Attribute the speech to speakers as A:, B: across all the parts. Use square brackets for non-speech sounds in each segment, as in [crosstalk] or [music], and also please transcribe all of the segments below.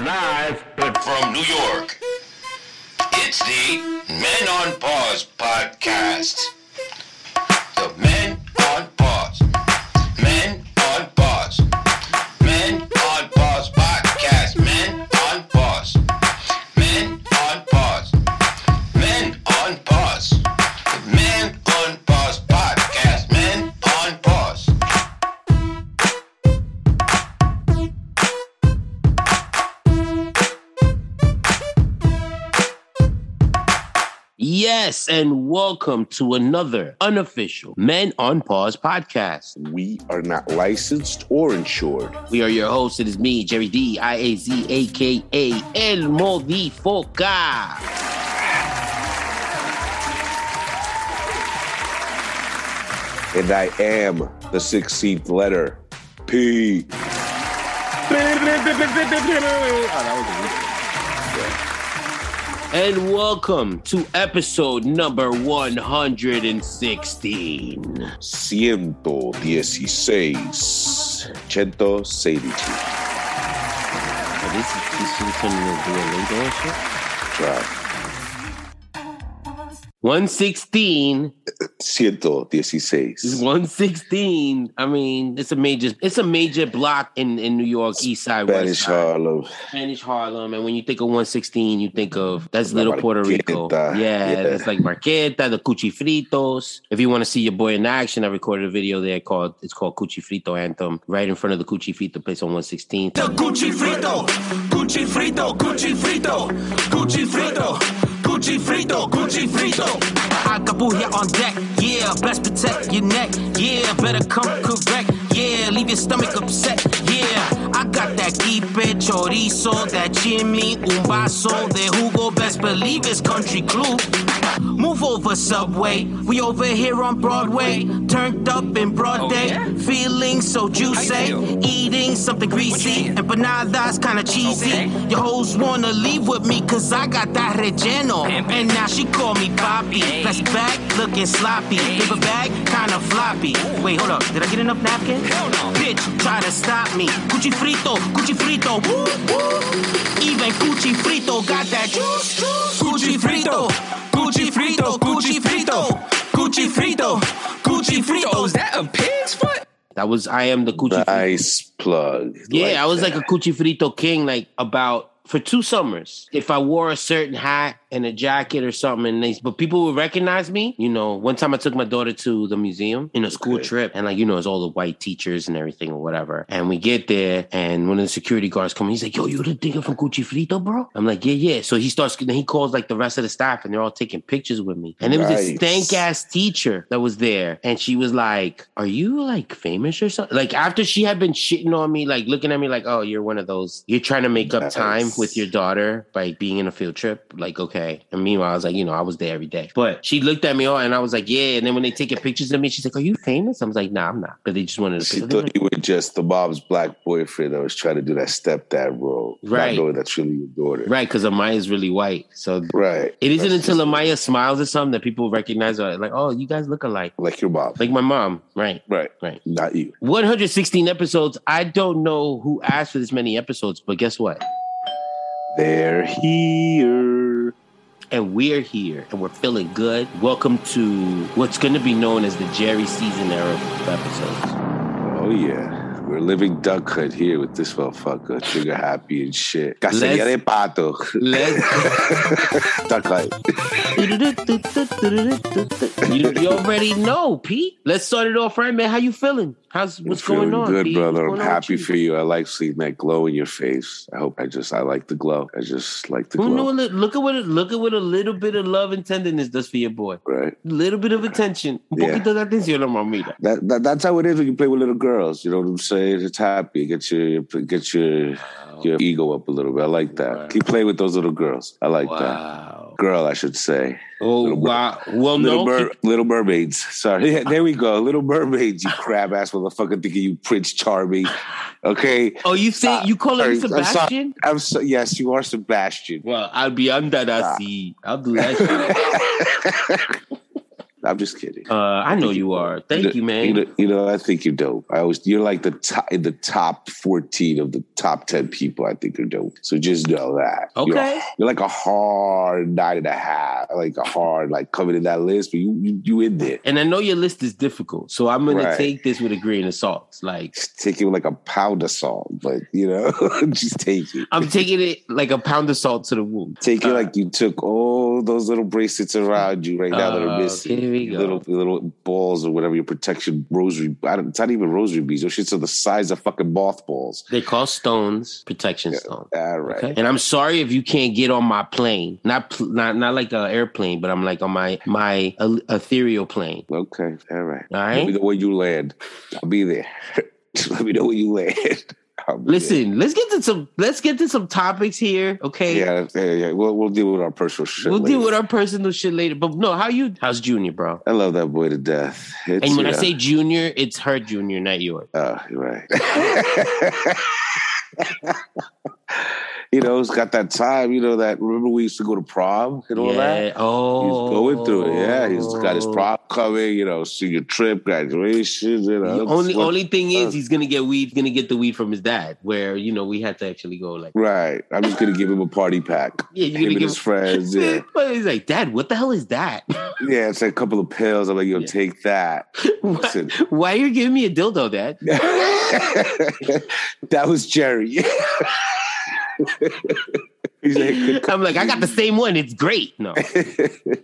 A: live, but
B: from New York. It's the Men on Pause podcast. The Men on Pause. Men on Pause. Men on Pause podcast. Men on Pause. Men on Pause. Men on Pause. The Men on Pause podcast. Men on Pause.
A: yes, and welcome to another unofficial Men on Pause podcast.
C: We are not licensed or insured.
A: We are your hosts. It is me, Jerry D, I A Z, A K A El Modifoca.
C: And I am the 16th letter. P.
A: And welcome to episode number 116.
C: Ciento dieciséis. Ciento seidici.
A: Oh, this is, this is turning into Duolingo and shit.
C: Try.
A: 116
C: Ciento
A: This is
C: dieciséis.
A: 116. I mean, it's a major it's a major block in, in New York, East Side, West
C: Spanish
A: Side,
C: Harlem.
A: [laughs] Spanish Harlem. And when you think of 116, you think of that's little Puerto Rico.
C: Marqueta,
A: Yeah,
C: yeah.
A: that's like Marqueta, the Cuchifritos. If you want to see your boy in action, I recorded a video there called it's called Cuchifrito Anthem, right in front of the Cuchifrito place on 116.
D: Cuchifrito, cuchifrito, cuchifrito, cuchifrito, cuchifrito, cuchifrito. Akabuya on deck, yeah, best protect your neck, yeah, better come correct, yeah, leave your stomach upset, yeah. I got that guipe, chorizo, that chimney, un vaso de jugo, best believe it's country club. Move over, subway, we over here on Broadway, turned up in broad day, feeling so juicy, eating something greasy, and empanadas kinda cheesy. Your hoes wanna leave with me cause I got that relleno. And now she call me Poppy. That's back looking sloppy. Paper bag kinda floppy. Wait, hold up. Did I get enough napkin? Hell no. Bitch, try to stop me. Cuchi frito, cuchi frito. Woo, woo. Even cuchi frito got that juice, juice. Cuchi frito, cuchi frito, cuchi frito. Cuchi frito, cuchi frito. Oh, Is that a pig's foot?
A: That was I am the Cuchifrito.
C: Nice plug.
A: Yeah,
C: Like
A: I was
C: that.
A: like a Cuchifrito king, like about for two summers. If I wore a certain hat and a jacket or something, and they, but people would recognize me. You know, one time I took my daughter to the museum in a school
C: Okay.
A: trip, and like you know, it's all the white teachers and everything or whatever. And we get there, and one of the security guards come, he's like, "Yo, you the nigga from Cuchifrito, bro?" I'm like, "Yeah, yeah." So he starts, then he calls like the rest of the staff, and they're all taking pictures with me. And there was this
C: Nice.
A: stank ass ass teacher that was there and she was like are you like famous or something like after she had been shitting on me like looking at me like oh you're one of those you're trying to make up
C: Nice.
A: time with your daughter by being in a field trip like okay and meanwhile i was like you know i was there every day but she looked at me all and i was like yeah and then when they taking pictures of me she's like are you famous i was like nah i'm not but they just wanted to
C: She
A: pic- They're
C: thought
A: like,
C: you were just the mom's black boyfriend that was trying to do that stepdad role.
A: Right.
C: Not knowing that's really your daughter.
A: right because amaya's really white so
C: Right.
A: it isn't
C: That's
A: until
C: just
A: amaya smiles or something that people recognize her like oh you guys look alike
C: Like your mom.
A: like my mom right
C: right.
A: right
C: Not you.
A: 116 episodes. I don't know who asked for this many episodes, but guess what?
C: They're here.
A: And we're here and we're feeling good. Welcome to what's going to be known as the Jerry season era of episodes.
C: Oh yeah, we're living duck hunt here with this motherfucker, trigger happy and shit. Cacería
A: [laughs]
C: de pato, [laughs]
A: Let's
C: duck hunt.
A: you, you already know, Pete. Let's start it off right, man. How you feeling? How's what's
C: Feeling
A: going on?
C: Good,
A: Pete?
C: brother. I'm
A: What's going on with
C: happy for you. I like seeing that glow in your face. I hope I just I like the glow. I just like the
A: Who knew?
C: glow.
A: a lit- Look at what it- look at what a little bit of love and tenderness does for your boy.
C: Right.
A: A little bit of attention. Un
C: Yeah.
A: poquito de atención, amor, mira.
C: That, that that's how it is when you play with little girls. You know what I'm saying? It's happy. Get your get your your ego up a little bit. I like that.
A: Wow.
C: Keep playing with those little girls. I like that.
A: Wow.
C: Girl, I should say.
A: Oh
C: Little Mer-
A: wow! Well,
C: Little,
A: no,
C: Mer- Little Mermaids.
A: [laughs]
C: Sorry. Yeah, there we go. Little Mermaids, you crab ass motherfucker thinking you Prince Charming. Okay.
A: oh, you think you call him
C: Sorry, I'm sorry.
A: Sebastian?
C: I'm so yes, you are Sebastian.
A: Well, I'll be under that
C: Ah. [laughs]
A: sea. I'll do that. shit.
C: I'm just kidding.
A: Uh, I know you are. Thank you, man.
C: You know, you know, I think you're dope. I always you're like the top in the top 14 of the top 10 people I think are dope. So just know that. You're-
A: Okay.
C: You're, like a hard nine and a half, like a hard like coming in that list, but you you, you in there.
A: And I know your list is difficult, so I'm gonna
C: Right.
A: take this with a grain of salt. Like
C: Just Take it with like a pound of salt, but you know, [laughs] just take it. [laughs]
A: I'm taking it like a pound of salt to the wound.
C: Take it
A: Uh,
C: like you took all those little bracelets around you right now that
A: Oh,
C: are missing.
A: here we
C: Your
A: go.
C: Little your little balls or whatever your protection rosary. I don't, it's not even rosary beads. Those shits are the size of fucking mothballs.
A: They call stones protection stone.
C: All right.
A: Okay? And I'm sorry if you can't get on my plane. Not pl- not not like an airplane, but I'm like on my my el- ethereal plane.
C: Okay. All right.
A: All
C: Let me
A: right.
C: know where you land. I'll be there. [laughs] Let me know where you land. [laughs] I'll be
A: Listen, let's get to some let's get to some topics here.
C: there.
A: Okay.
C: Yeah, yeah, yeah. We'll, we'll deal with our personal shit.
A: We'll deal
C: later.
A: with our personal shit later. But no, how you how's Junior, bro?
C: I love that boy to death. It's,
A: And when I
C: yeah.
A: say junior, it's her junior, not yours.
C: Oh, you're right. you know, it's got that time, you know, that remember we used to go to prom and all that?
A: yeah. Oh,
C: He's going through it, yeah. He's got his prom coming, you know, senior trip, graduation, you know.
A: The only
C: it's what-
A: only thing is
C: uh,
A: he's gonna get weed. He's gonna get the weed from his dad. Where you know we had to actually go like
C: Right. I'm just gonna give him a party pack.
A: yeah, you're
C: Him
A: gonna
C: and
A: give [laughs]
C: his friends, yeah.
A: But he's like, Dad, what the hell is that? [laughs]
C: Yeah, it's like a couple of pills. I'm like, yo,
A: Yeah. [laughs]
C: take that.
A: why,
C: Listen. [laughs]
A: why are you giving me a dildo, Dad?
C: that was Jerry. [laughs] He's like,
A: I'm like, I got the same one. It's great. [laughs] No,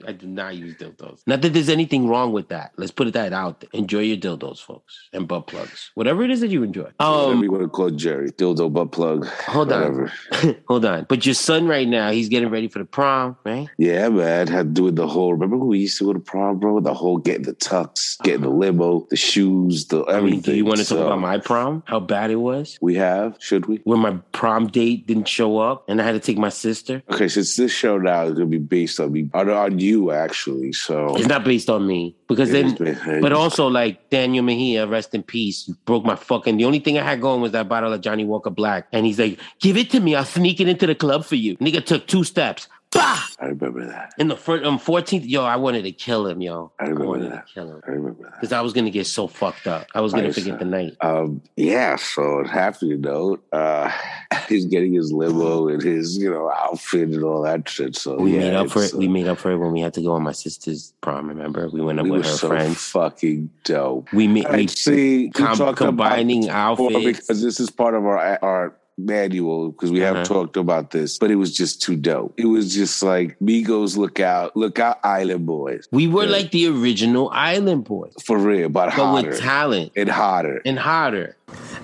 A: I do not use dildos. Not that there's anything wrong with that. Let's put that out. there. Enjoy your dildos, folks, and butt plugs, whatever it is that you enjoy.
C: whatever
A: [laughs] Um,
C: you want to call Jerry, dildo butt plug.
A: hold on,
C: Whatever.
A: [laughs] hold on. But your son right now, he's getting ready for the prom, right?
C: Yeah, man. Had doing the whole. Remember when we used to go to prom, bro? The whole getting the tux, getting the limo, the shoes, the
A: Uh-huh. I
C: everything.
A: mean, do you want to talk
C: So,
A: about my prom? How bad it was?
C: We have. Should we?
A: Where my prom date didn't show up, and I had to take my sister.
C: Okay, since this show now is gonna be based on me, on, on you actually. So.
A: It's not based on me because
C: It is
A: then
C: based on
A: But
C: you.
A: also, like Daniel Mejia, rest in peace, broke my fucking. The only thing I had going was that bottle of Johnny Walker Black, and he's like, "Give it to me, I'll sneak it into the club for you." Nigga took two steps, bah!
C: I remember that.
A: In the first, um, fourteenth, yo, I wanted to kill him, yo.
C: I remember
A: wanted
C: that.
A: to kill him
C: I remember that.
A: because I was gonna get so fucked up. I was gonna
C: I
A: forget the
C: understand.
A: night.
C: Um, yeah, so I'm happy to note, uh, [laughs] he's getting his limo and his, you know, outfit and all that shit. So
A: We
C: yeah,
A: made up for it.
C: it's, uh,
A: we made up for it when we had to go on my sister's prom. Remember, we went up
C: we were
A: with her
C: so
A: friends.
C: fucking dope.
A: We made.
C: I
A: We,
C: see, we
A: com-
C: talked
A: combining
C: about this before
A: outfits.
C: because this is part of our our manual because we have
A: Uh-huh.
C: talked about this, but it was just too dope. It was just like Migos, look out, look out, Island Boys
A: we were
C: Yeah.
A: like the original Island Boys,
C: for real, but
A: but
C: hotter
A: with talent
C: and hotter.
A: and hotter.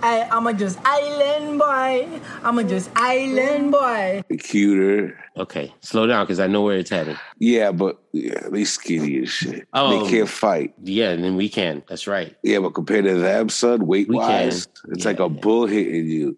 E: I, I'm a just island boy. I'm a just island boy.
C: and cuter,
A: Okay, slow down because I know where it's headed.
C: yeah, but yeah, they skinny as shit.
A: Oh.
C: They can't fight.
A: Yeah, and then we can. That's right.
C: Yeah, but compared to them, son, weight
A: We can.
C: wise, it's
A: Yeah,
C: like a
A: yeah.
C: bull
A: [laughs]
C: hitting you,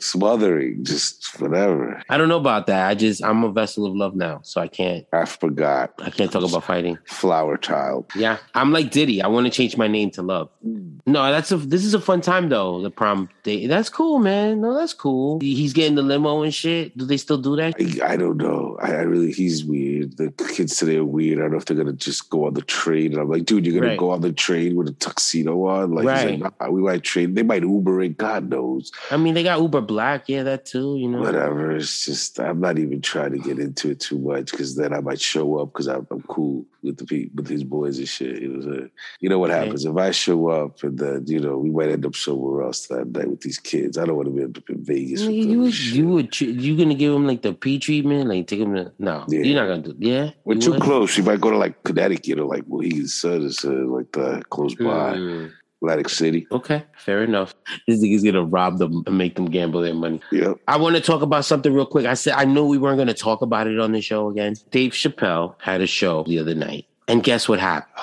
C: smothering, just whatever.
A: I don't know about that. I just I'm a vessel of love now, so I can't
C: I forgot.
A: I can't talk about fighting.
C: Flower child.
A: Yeah, I'm like Diddy. I want to change my name to Love.
C: Mm.
A: No, that's a this is a fun time though. The prom date. That's cool, man. No, that's cool. He's getting the limo and shit. Do they still do that?
C: I, I don't know. I, I really, he's weird. The kids today are weird. I don't know if they're gonna just go on the train. And I'm like, dude, you're gonna
A: Right.
C: go on the train with a tuxedo on? Like, he's
A: Right.
C: like, nah, we might train. They might Uber it. God knows.
A: I mean, they got Uber Black. Yeah, that too. You know.
C: Whatever. It's just I'm not even trying to get into it too much because then I might show up because I'm, I'm cool with the people with his boys and shit. It was a, you know what
A: Okay.
C: happens if I show up and then you know we might end up somewhere else that night with these kids. I don't want to end up in Vegas.
A: Nigga,
C: with
A: you
C: them and
A: would
C: shit.
A: you would tr- you gonna give him like the P treatment? Like take him to no?
C: Yeah.
A: You're not gonna do yeah.
C: We're
A: You
C: too
A: would?
C: close. You might go to like Connecticut or like Mohegan Sun or something uh, like that, close by
A: Mm.
C: Atlantic City.
A: Okay, fair enough. This nigga's gonna rob them and make them gamble their money.
C: Yep.
A: I want to talk about something real quick. I said I knew we weren't gonna talk about it on the show again. Dave Chappelle had a show the other night, and guess what happened?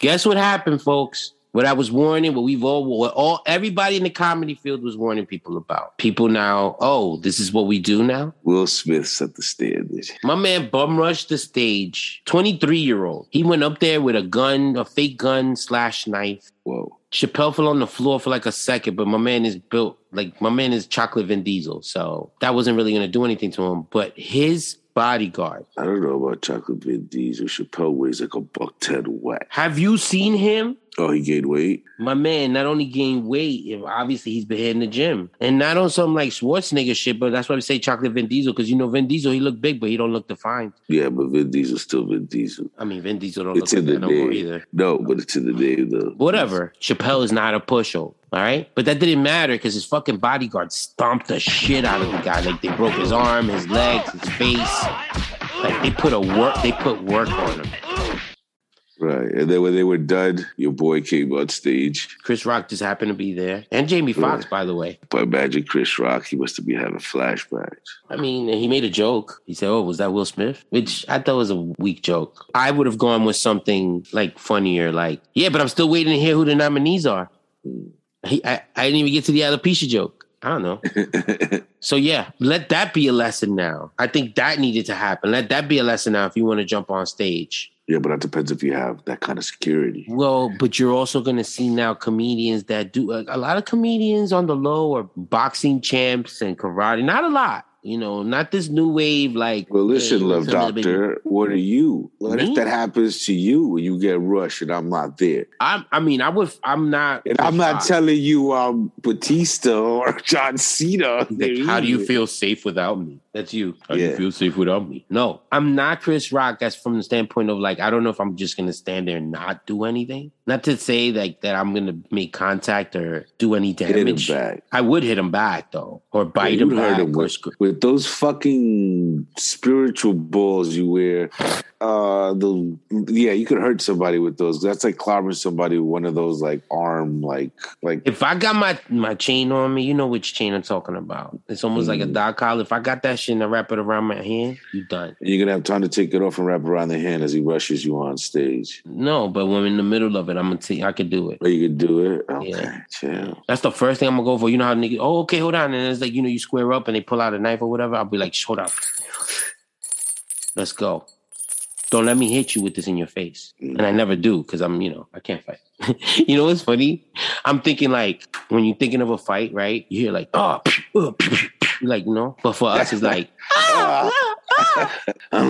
A: Guess what happened, folks? What I was warning, what we've all, what all, everybody in the comedy field was warning people about. People now, oh, this is what we do now.
C: Will Smith set the standard.
A: My man bum rushed the stage. Twenty three year old. He went up there with a gun, a fake gun slash knife.
C: Whoa.
A: Chappelle fell on the floor for like a second, but my man is built like my man is chocolate Vin Diesel, so that wasn't really gonna do anything to him. But his bodyguard.
C: I don't know about chocolate Vin Diesel. Chappelle weighs like a buck ten whack.
A: Have you seen him?
C: Oh, he gained weight.
A: My man not only gained weight, if- obviously he's been hitting the gym, and not on some like Schwarzenegger shit, but that's why we say chocolate Vin Diesel because you know Vin Diesel he look big, but he don't look defined.
C: Yeah, but Vin Diesel's still Vin Diesel.
A: I mean, Vin Diesel don't
C: It's
A: look
C: in the
A: like that no more
C: name.
A: either.
C: No, but it's in the name though.
A: Whatever. Chappelle is not a pushover. All right, but that didn't matter because his fucking bodyguard stomped the shit out of the guy. Like they broke his arm, his legs, his face. Like they put a work, they put work on him.
C: Right. And then when they were done, your boy came on stage
A: Chris Rock just happened to be there, and Jamie Foxx, by the way.
C: by Magic Chris Rock. He must have been having flashbacks.
A: I mean, he made a joke. He said, "Oh, was that Will Smith?" Which I thought was a weak joke. I would have gone with something like funnier, like, "Yeah, but I'm still waiting to hear who the nominees are." He, I, I didn't even get to the alopecia joke. I don't know. so yeah, let that be a lesson now. I think that needed to happen. Let that be a lesson now if you want to jump on stage.
C: Yeah, but that depends if you have that kind of security.
A: Well, but you're also going to see now comedians that do uh, a, a lot of comedians on the low are boxing champs and karate. Not a lot, you know, not this new wave like.
C: Well, listen,
A: hey,
C: love
A: what's up, baby?
C: doctor, what are you? What
A: Me?
C: if that happens to you and you get rushed and I'm not there?
A: I'm, I mean, I would. I'm not.
C: And I'm not telling you um, Batista or [laughs] John Cena.
A: Like, how do you feel safe without me? That's you. How do you
C: Yeah.
A: feel safe without me? No, I'm not Chris Rock. That's from the standpoint of like, I don't know if I'm just gonna stand there and not do anything. Not to say like that I'm gonna make contact or do any
C: Hit him
A: damage.
C: back.
A: I would hit him back though, or bite
C: you
A: him
C: heard
A: back.
C: him
A: or
C: with,
A: sc-
C: with those fucking spiritual balls you wear. Uh, the yeah, you could hurt somebody with those. That's like clobbering somebody with one of those like arm like like
A: If I got my my chain on me, you know which chain I'm talking about. It's almost like a
C: Mm.
A: dog collar. If I got that shit and I wrap it around my hand, you done.
C: you're gonna have time to take it off and wrap around the hand as he rushes you on stage.
A: No, but when I'm in the middle of it, I'm gonna t- I could do it.
C: Or you could do it. Okay,
A: Yeah.
C: chill. [laughs]
A: That's the first thing I'm gonna go for. You know how niggas, oh, okay, hold on. And it's like, you know, you square up and they pull out a knife or whatever. I'll be like, "Shh, hold up. Let's go. Don't let me hit you with this in your face. And I never do because I'm, you know, I can't fight. [laughs] you know what's funny? I'm thinking like when you're thinking of a fight, right? You hear like, oh, uh, like, you know, but for us, it's like, [laughs]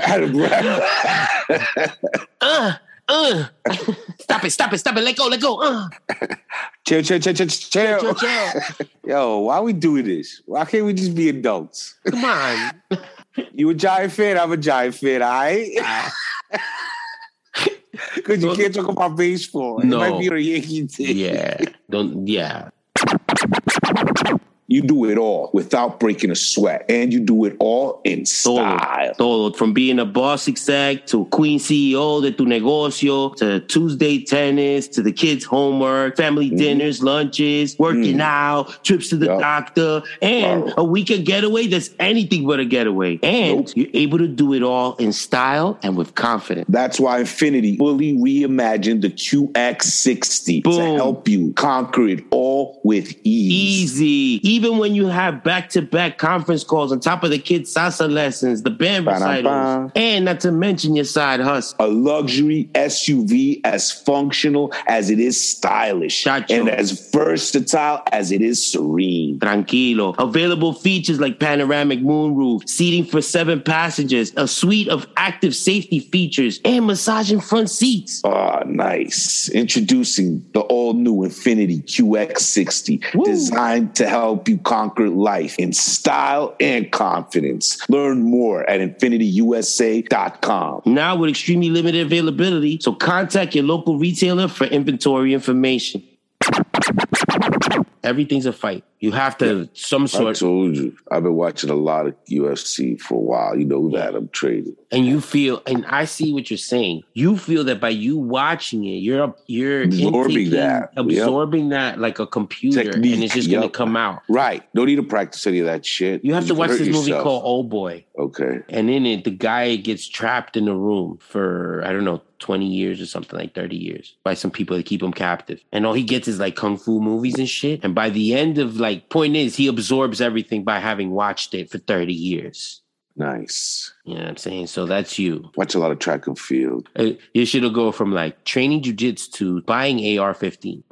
C: Out of breath.
A: uh, uh, [laughs] stop it, stop it, stop it, let go, let go, uh,
C: chill, chill, chill, chill, chill,
A: chill,
C: chill.
A: chill.
C: [laughs] Yo, why we doing this? Why can't we just be adults? [laughs]
A: Come on.
C: You a giant fan, I'm a giant fan, all right? [laughs] Because you can't talk about baseball.
A: No.
C: It might be a Yankee team.
A: Yeah. Don't, yeah.
F: You do it all without breaking a sweat, and you do it all in
A: Todo,
F: style.
A: todo. From being a boss exec to queen CEO de tu negocio to Tuesday tennis to the kids' homework, family dinners, lunches, working out, trips to the
F: Mm-hmm. Yup.
A: doctor, and a weekend getaway that's anything but a getaway. And you're able to do it all in style and with confidence.
F: That's why Infinity fully reimagined the QX60
A: Boom.
F: to help you conquer it all with ease.
A: Easy. Even when you have back to back conference calls on top of the kids' salsa lessons, the band recitals,
F: Ba-da-ba.
A: and not to mention your side hustle.
F: A luxury SUV as functional as it is stylish
A: Chacho.
F: and as versatile as it is serene.
A: Tranquilo. Available features like panoramic moonroof, seating for seven passengers, a suite of active safety features, and massaging front seats.
F: Ah, nice. Introducing the all new Infinity QX60, designed to help you conquer life in style and confidence. Learn more at infinityusa.com.
A: Now with extremely limited availability, so contact your local retailer for inventory information. Everything's a fight. You have to some
C: I
A: sort,
C: told you, I've been watching a lot of UFC for a while. You know that I'm traded.
A: and you feel, and I see what you're saying. You feel that by you watching it, you're you're
C: Absorbing
A: intaking-
C: that. Yep.
A: absorbing that like a computer, and
C: Technique,
A: it's just gonna
C: yep.
A: come out.
C: Right. No need to practice any of that shit.
A: You have to
C: can
A: watch
C: hurt
A: this movie
C: yourself.
A: called Old Boy.
C: Okay.
A: And in it, the guy gets trapped in a room for, I don't know, 20 years or something, like 30 years by some people that keep him captive. And all he gets is like kung fu movies and shit. And by the end of like, point is, he absorbs everything by having watched it for 30 years.
C: Nice.
A: You know what I'm saying? So that's you.
C: Watch a lot of track and field.
A: Uh, You should go from like training jujitsu to buying AR 15.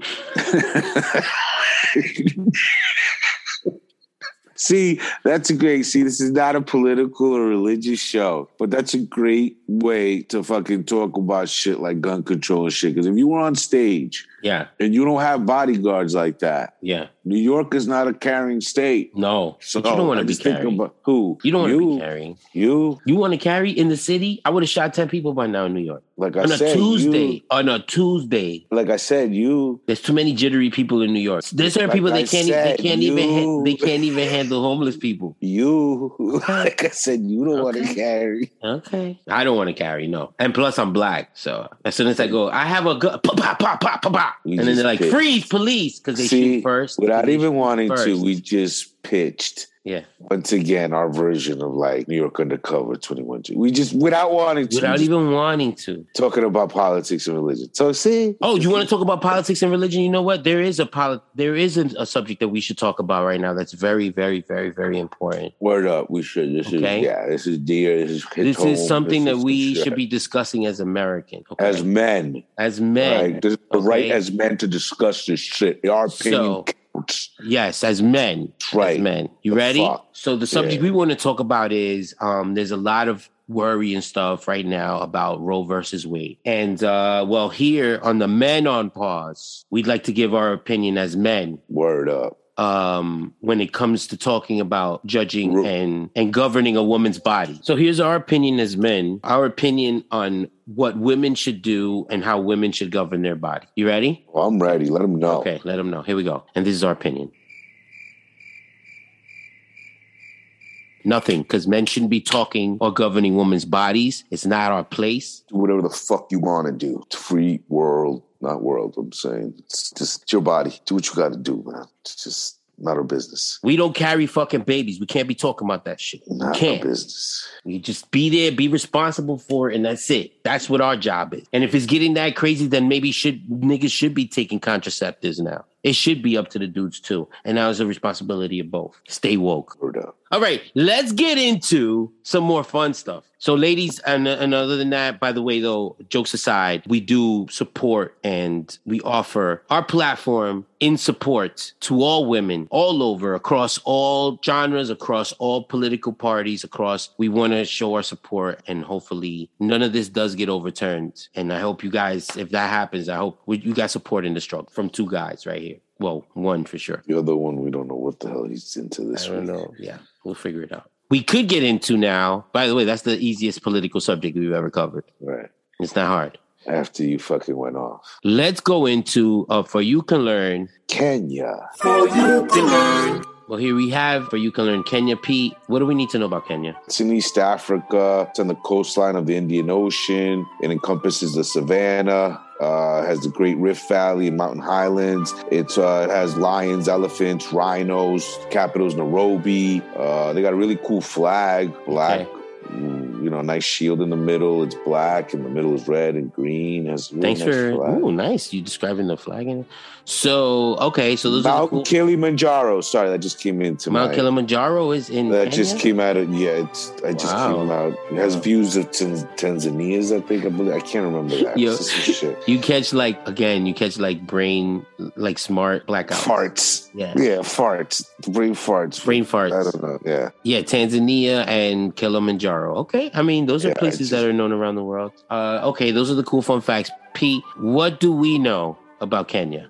C: See, that's a great. See, this is not a political or religious show, but that's a great way to fucking talk about shit like gun control and shit. Because if you were on stage
A: Yeah,
C: and you don't have bodyguards like that,
A: yeah.
C: New York is not a carrying state.
A: No,
C: So
A: but you don't want
C: I
A: to be
C: just think
A: carrying.
C: about who
A: you don't want to
C: you,
A: be carrying.
C: You
A: You want to carry in the city? I would have shot ten people by now in New York
C: like I
A: on a
C: said
A: Tuesday.
C: you-
A: on a Tuesday,
C: like I said, you
A: there's too many jittery people in New York. There's certain
C: Like
A: people
C: I
A: they can't e-
C: said,
A: they can't even
C: you-
A: ha- they can't
C: [laughs]
A: even handle homeless people.
C: you [laughs] like I said, you don't want to
A: Okay.
C: carry.
A: Okay, I don't want to carry no. And plus, I'm black, so as soon as I go, I have a gun, pop, pop, pop, pop, pop, pop.
C: You
A: and then
C: just
A: they're like,
C: picked.
A: freeze, police, because they
C: See,
A: shoot first.
C: Without
A: They
C: even
A: shoot
C: wanting to,
A: first.
C: we just pitched
A: yeah,
C: once again our version of like New York undercover twenty one. We just without wanting to,
A: without
C: we just
A: even wanting to.
C: talking about politics and religion. So see,
A: Oh, you want to talk about politics and religion? You know what? There is a poli- there is a, a subject that we should talk about right now. That's very, very, very, very important.
C: word up. We should. This
A: Okay.
C: is yeah. This is dear. This is hit
A: This
C: home,
A: is something
C: this
A: that
C: is
A: we
C: shit.
A: should be discussing as American, okay?
C: as
A: as
C: men.
A: men.
C: Like this is the
A: okay?
C: right as men to discuss this shit. Our opinion
A: So-
C: counts.
A: Yes, as men.
C: Right.
A: As men. You
C: The
A: ready?
C: fuck.
A: So the subject
C: Yeah.
A: we want to talk about is um there's a lot of worry and stuff right now about Roe versus Wade. And uh well here on the men on pause, we'd like to give our opinion as men
C: Word up.
A: um when it comes to talking about judging
C: Ru-
A: and and governing a woman's body. So here's our opinion as men, our opinion on what women should do and how women should govern their body. You ready?
C: Well, I'm ready. Let them know.
A: Okay, let them know. Here we go. And this is our opinion. Nothing, because men shouldn't be talking or governing women's bodies. It's not our place.
C: Do whatever the fuck you want to do. It's free world, not world. I'm saying it's just your body. Do what you got to do, man. It's just not our business.
A: We don't carry fucking babies. We can't be talking about that shit. We
C: Not our
A: can't.
C: business.
A: You just be there, be responsible for it, and that's it. That's what our job is. And if it's getting that crazy, then maybe should niggas should be taking contraceptives now. It should be up to the dudes too. And now it's a responsibility of both. Stay woke.
C: Word up.
A: All right, let's get into some more fun stuff. So, ladies, and, and other than that, by the way, though, jokes aside, we do support and we offer our platform in support to all women all over, across all genres, across all political parties, across. We want to show our support, and hopefully, none of this does get overturned. And I hope you guys, if that happens, I hope you guys support in the struggle from two guys right here. Well, one for sure.
C: The other one, we don't know what the hell he's into this
A: I don't
C: week.
A: know. Yeah, we'll figure it out. We could get into now. By the way, that's the easiest political subject we've ever covered.
C: Right.
A: It's not hard.
C: After you fucking went off.
A: Let's go into uh, for you can learn.
C: Kenya.
A: Well, here we have for you can learn Kenya. Pete, what do we need to know about Kenya?
C: It's in East Africa. It's on the coastline of the Indian Ocean. It encompasses the savannah. Uh, has the Great Rift Valley and mountain highlands. It's, uh, it has lions, elephants, rhinos. Capital's Nairobi. Uh, they got a really cool flag, black. You know, nice shield in the middle. It's black, and the middle is red and green. Has a really
A: Thanks
C: nice
A: for
C: flag.
A: ooh, nice. You describing the flag. And so okay, so those
C: Mount
A: are the cool,
C: Kilimanjaro. Sorry, that just came into
A: Mount
C: my.
A: Kilimanjaro is in Kenya?
C: That just came out of yeah. It's I just
A: Wow.
C: came out. It has views of Tanz- Tanzania's. I think I believe I can't remember that.
A: Yo.
C: It's just some
A: [laughs]
C: shit.
A: You catch like again, you catch like brain like smart blackouts.
C: Farts.
A: Yeah.
C: Yeah, farts. Brain farts.
A: Brain
C: I
A: farts.
C: don't know. Yeah,
A: Yeah, Tanzania and Kilimanjaro. Okay, I mean those are
C: Yeah, I
A: places
C: just-
A: that are known around the world. Uh, okay, those are the cool fun facts. Pete, what do we know about Kenya?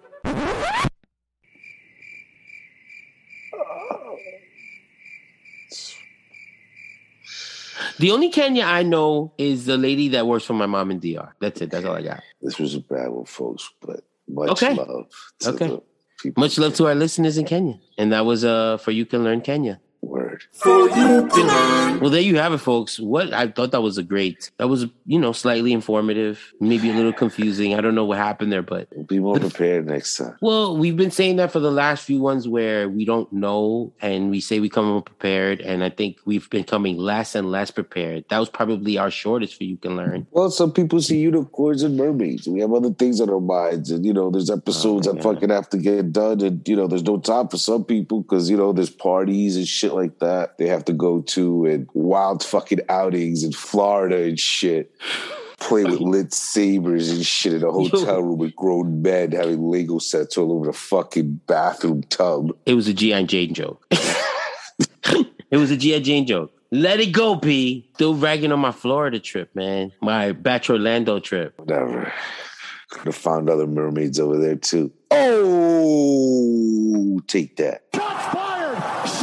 A: The only Kenya I know is the lady that works for my mom in DR. That's it. That's all I got.
C: this was a bad one, folks. But much
A: Okay.
C: love. To
A: Okay.
C: The people.
A: Much love to our listeners in Kenya, and that was uh for you can learn Kenya.
C: Word.
A: Well, there you have it, folks. What I thought that was a great, that was you know slightly informative, maybe a little confusing. I don't know what happened there, but
C: We'll be more prepared next time.
A: well, we've been saying that for the last few ones where we don't know and we say we come unprepared, and I think we've been coming less and less prepared. That was probably our shortest for you can learn.
C: Well, some people see unicorns and mermaids. We have other things on our minds, and you know, there's episodes
A: Oh,
C: that
A: yeah.
C: fucking have to get done, and you know, there's no time for some people because you know, there's parties and shit like that they have to go to, and wild fucking outings in Florida and shit.
A: [laughs]
C: Play with lit sabers and shit in a hotel room with grown men having Lego sets all over the fucking bathroom tub.
A: It was a GI Jane joke. [laughs] It was a G.I. Jane joke. Let it go, P. Still ragging on my Florida trip, man. My Batch Orlando trip.
C: Whatever. Could have found other mermaids over there too. Oh, take that.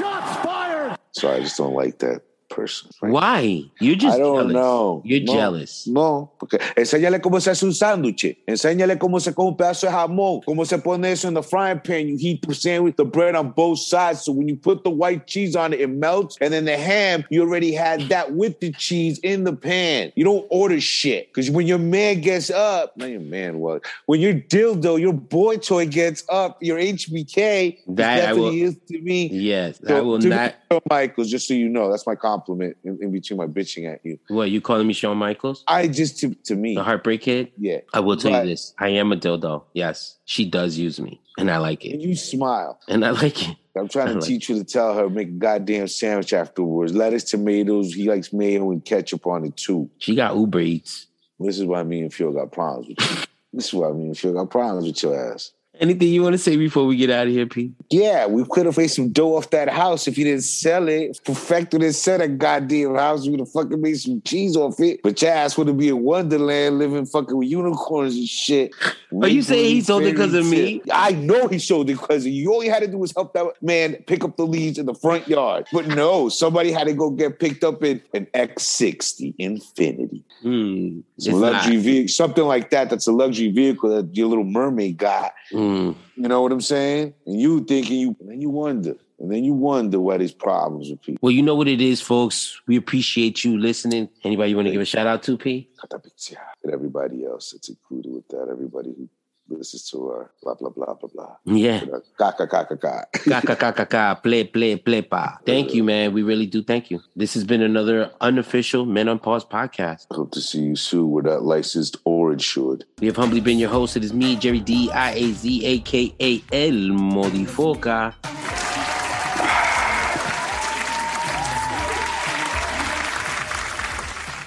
C: Sorry, I just don't like that person. Right?
A: Why? You're just
C: I don't
A: jealous.
C: know.
A: You're
C: No.
A: jealous.
C: No, porque enséñale cómo se hace un sándwich. Enséñale cómo se come un pedazo de jamón. Cómo se pone eso in the frying pan. You heat the sandwich, the bread on both sides. So when you put the white cheese on it, it melts. And then the ham, you already had that with the cheese in the pan. You don't order shit. Because when your man gets up, not your man was. When your dildo, your boy toy gets up, your HBK, is
A: That I
C: that's what
A: will-
C: he is to me.
A: Yes, I
C: So,
A: will
C: to
A: not.
C: Shawn Michaels, just so you know, that's my compliment in, in between my bitching at you.
A: What you calling me, Shawn Michaels,
C: I just to, to me,
A: the Heartbreak Kid?
C: yeah.
A: I will tell
C: But-
A: you this: I am a dildo. Yes, she does use me, and I like
C: And
A: it,
C: you smile.
A: and I [laughs] like it.
C: I'm trying
A: I
C: to
A: like
C: teach you to tell her make a goddamn sandwich afterwards. Lettuce, tomatoes. He likes mayo and ketchup on it too.
A: She got Uber Eats.
C: This is why me and Phil got problems with you. This is why me and Phil got problems with your ass.
A: Anything you want to say before we get out of here, Pete?
C: Yeah, we could have made some dough off that house if you didn't sell it. Perfected and sell that goddamn house. We'd have fucking made some cheese off it. But your ass would have been in Wonderland living fucking with unicorns and shit.
A: Are Oh, you saying he sold it 'cause of me?
C: I know he sold it because you. All you had to do was help that man pick up the leaves in the front yard. But no, somebody had to go get picked up in an X60 Infinity.
A: Hmm. It's
C: It's a luxury
A: not.
C: vehicle, something like that. That's a luxury vehicle that your little mermaid got.
A: Hmm.
C: You know what I'm saying? And you thinking you, and then you wonder, and then you wonder why these problems with people.
A: Well, you know what it is, folks. We appreciate you listening. Anybody you want to give a shout out to, P?
C: Not that big deal. And everybody else that's included with that. Everybody who listens to our blah blah blah blah blah.
A: Yeah.
C: Ka ka ka ka ka. [laughs]
A: Ka, ka, ka, ka, ka. Play, play, play, pa. Thank you, man. We really do thank you. This has been another unofficial Men on Pause podcast.
C: Hope to see you soon. We're not licensed or insured.
A: We have humbly been your host. It is me, Jerry D I A Z A K A L Modifoca.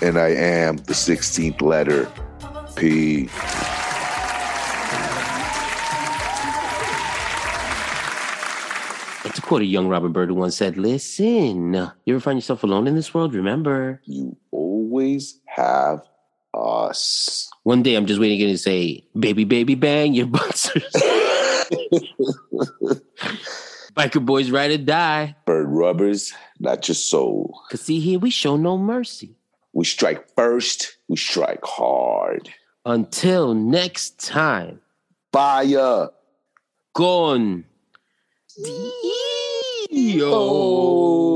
C: And I am the 16th letter. P.
A: It's a quote of young Robert Bird who once said, Listen, you ever find yourself alone in this world? Remember,
C: You always have us.
A: one day I'm just waiting to say, Baby, baby, bang, your butters. [laughs] Biker boys ride or die.
C: Bird rubbers, not your soul.
A: Cause see here, we show no mercy.
C: We strike first, we strike hard.
A: Until next time,
C: Fire.
A: gone. Dio.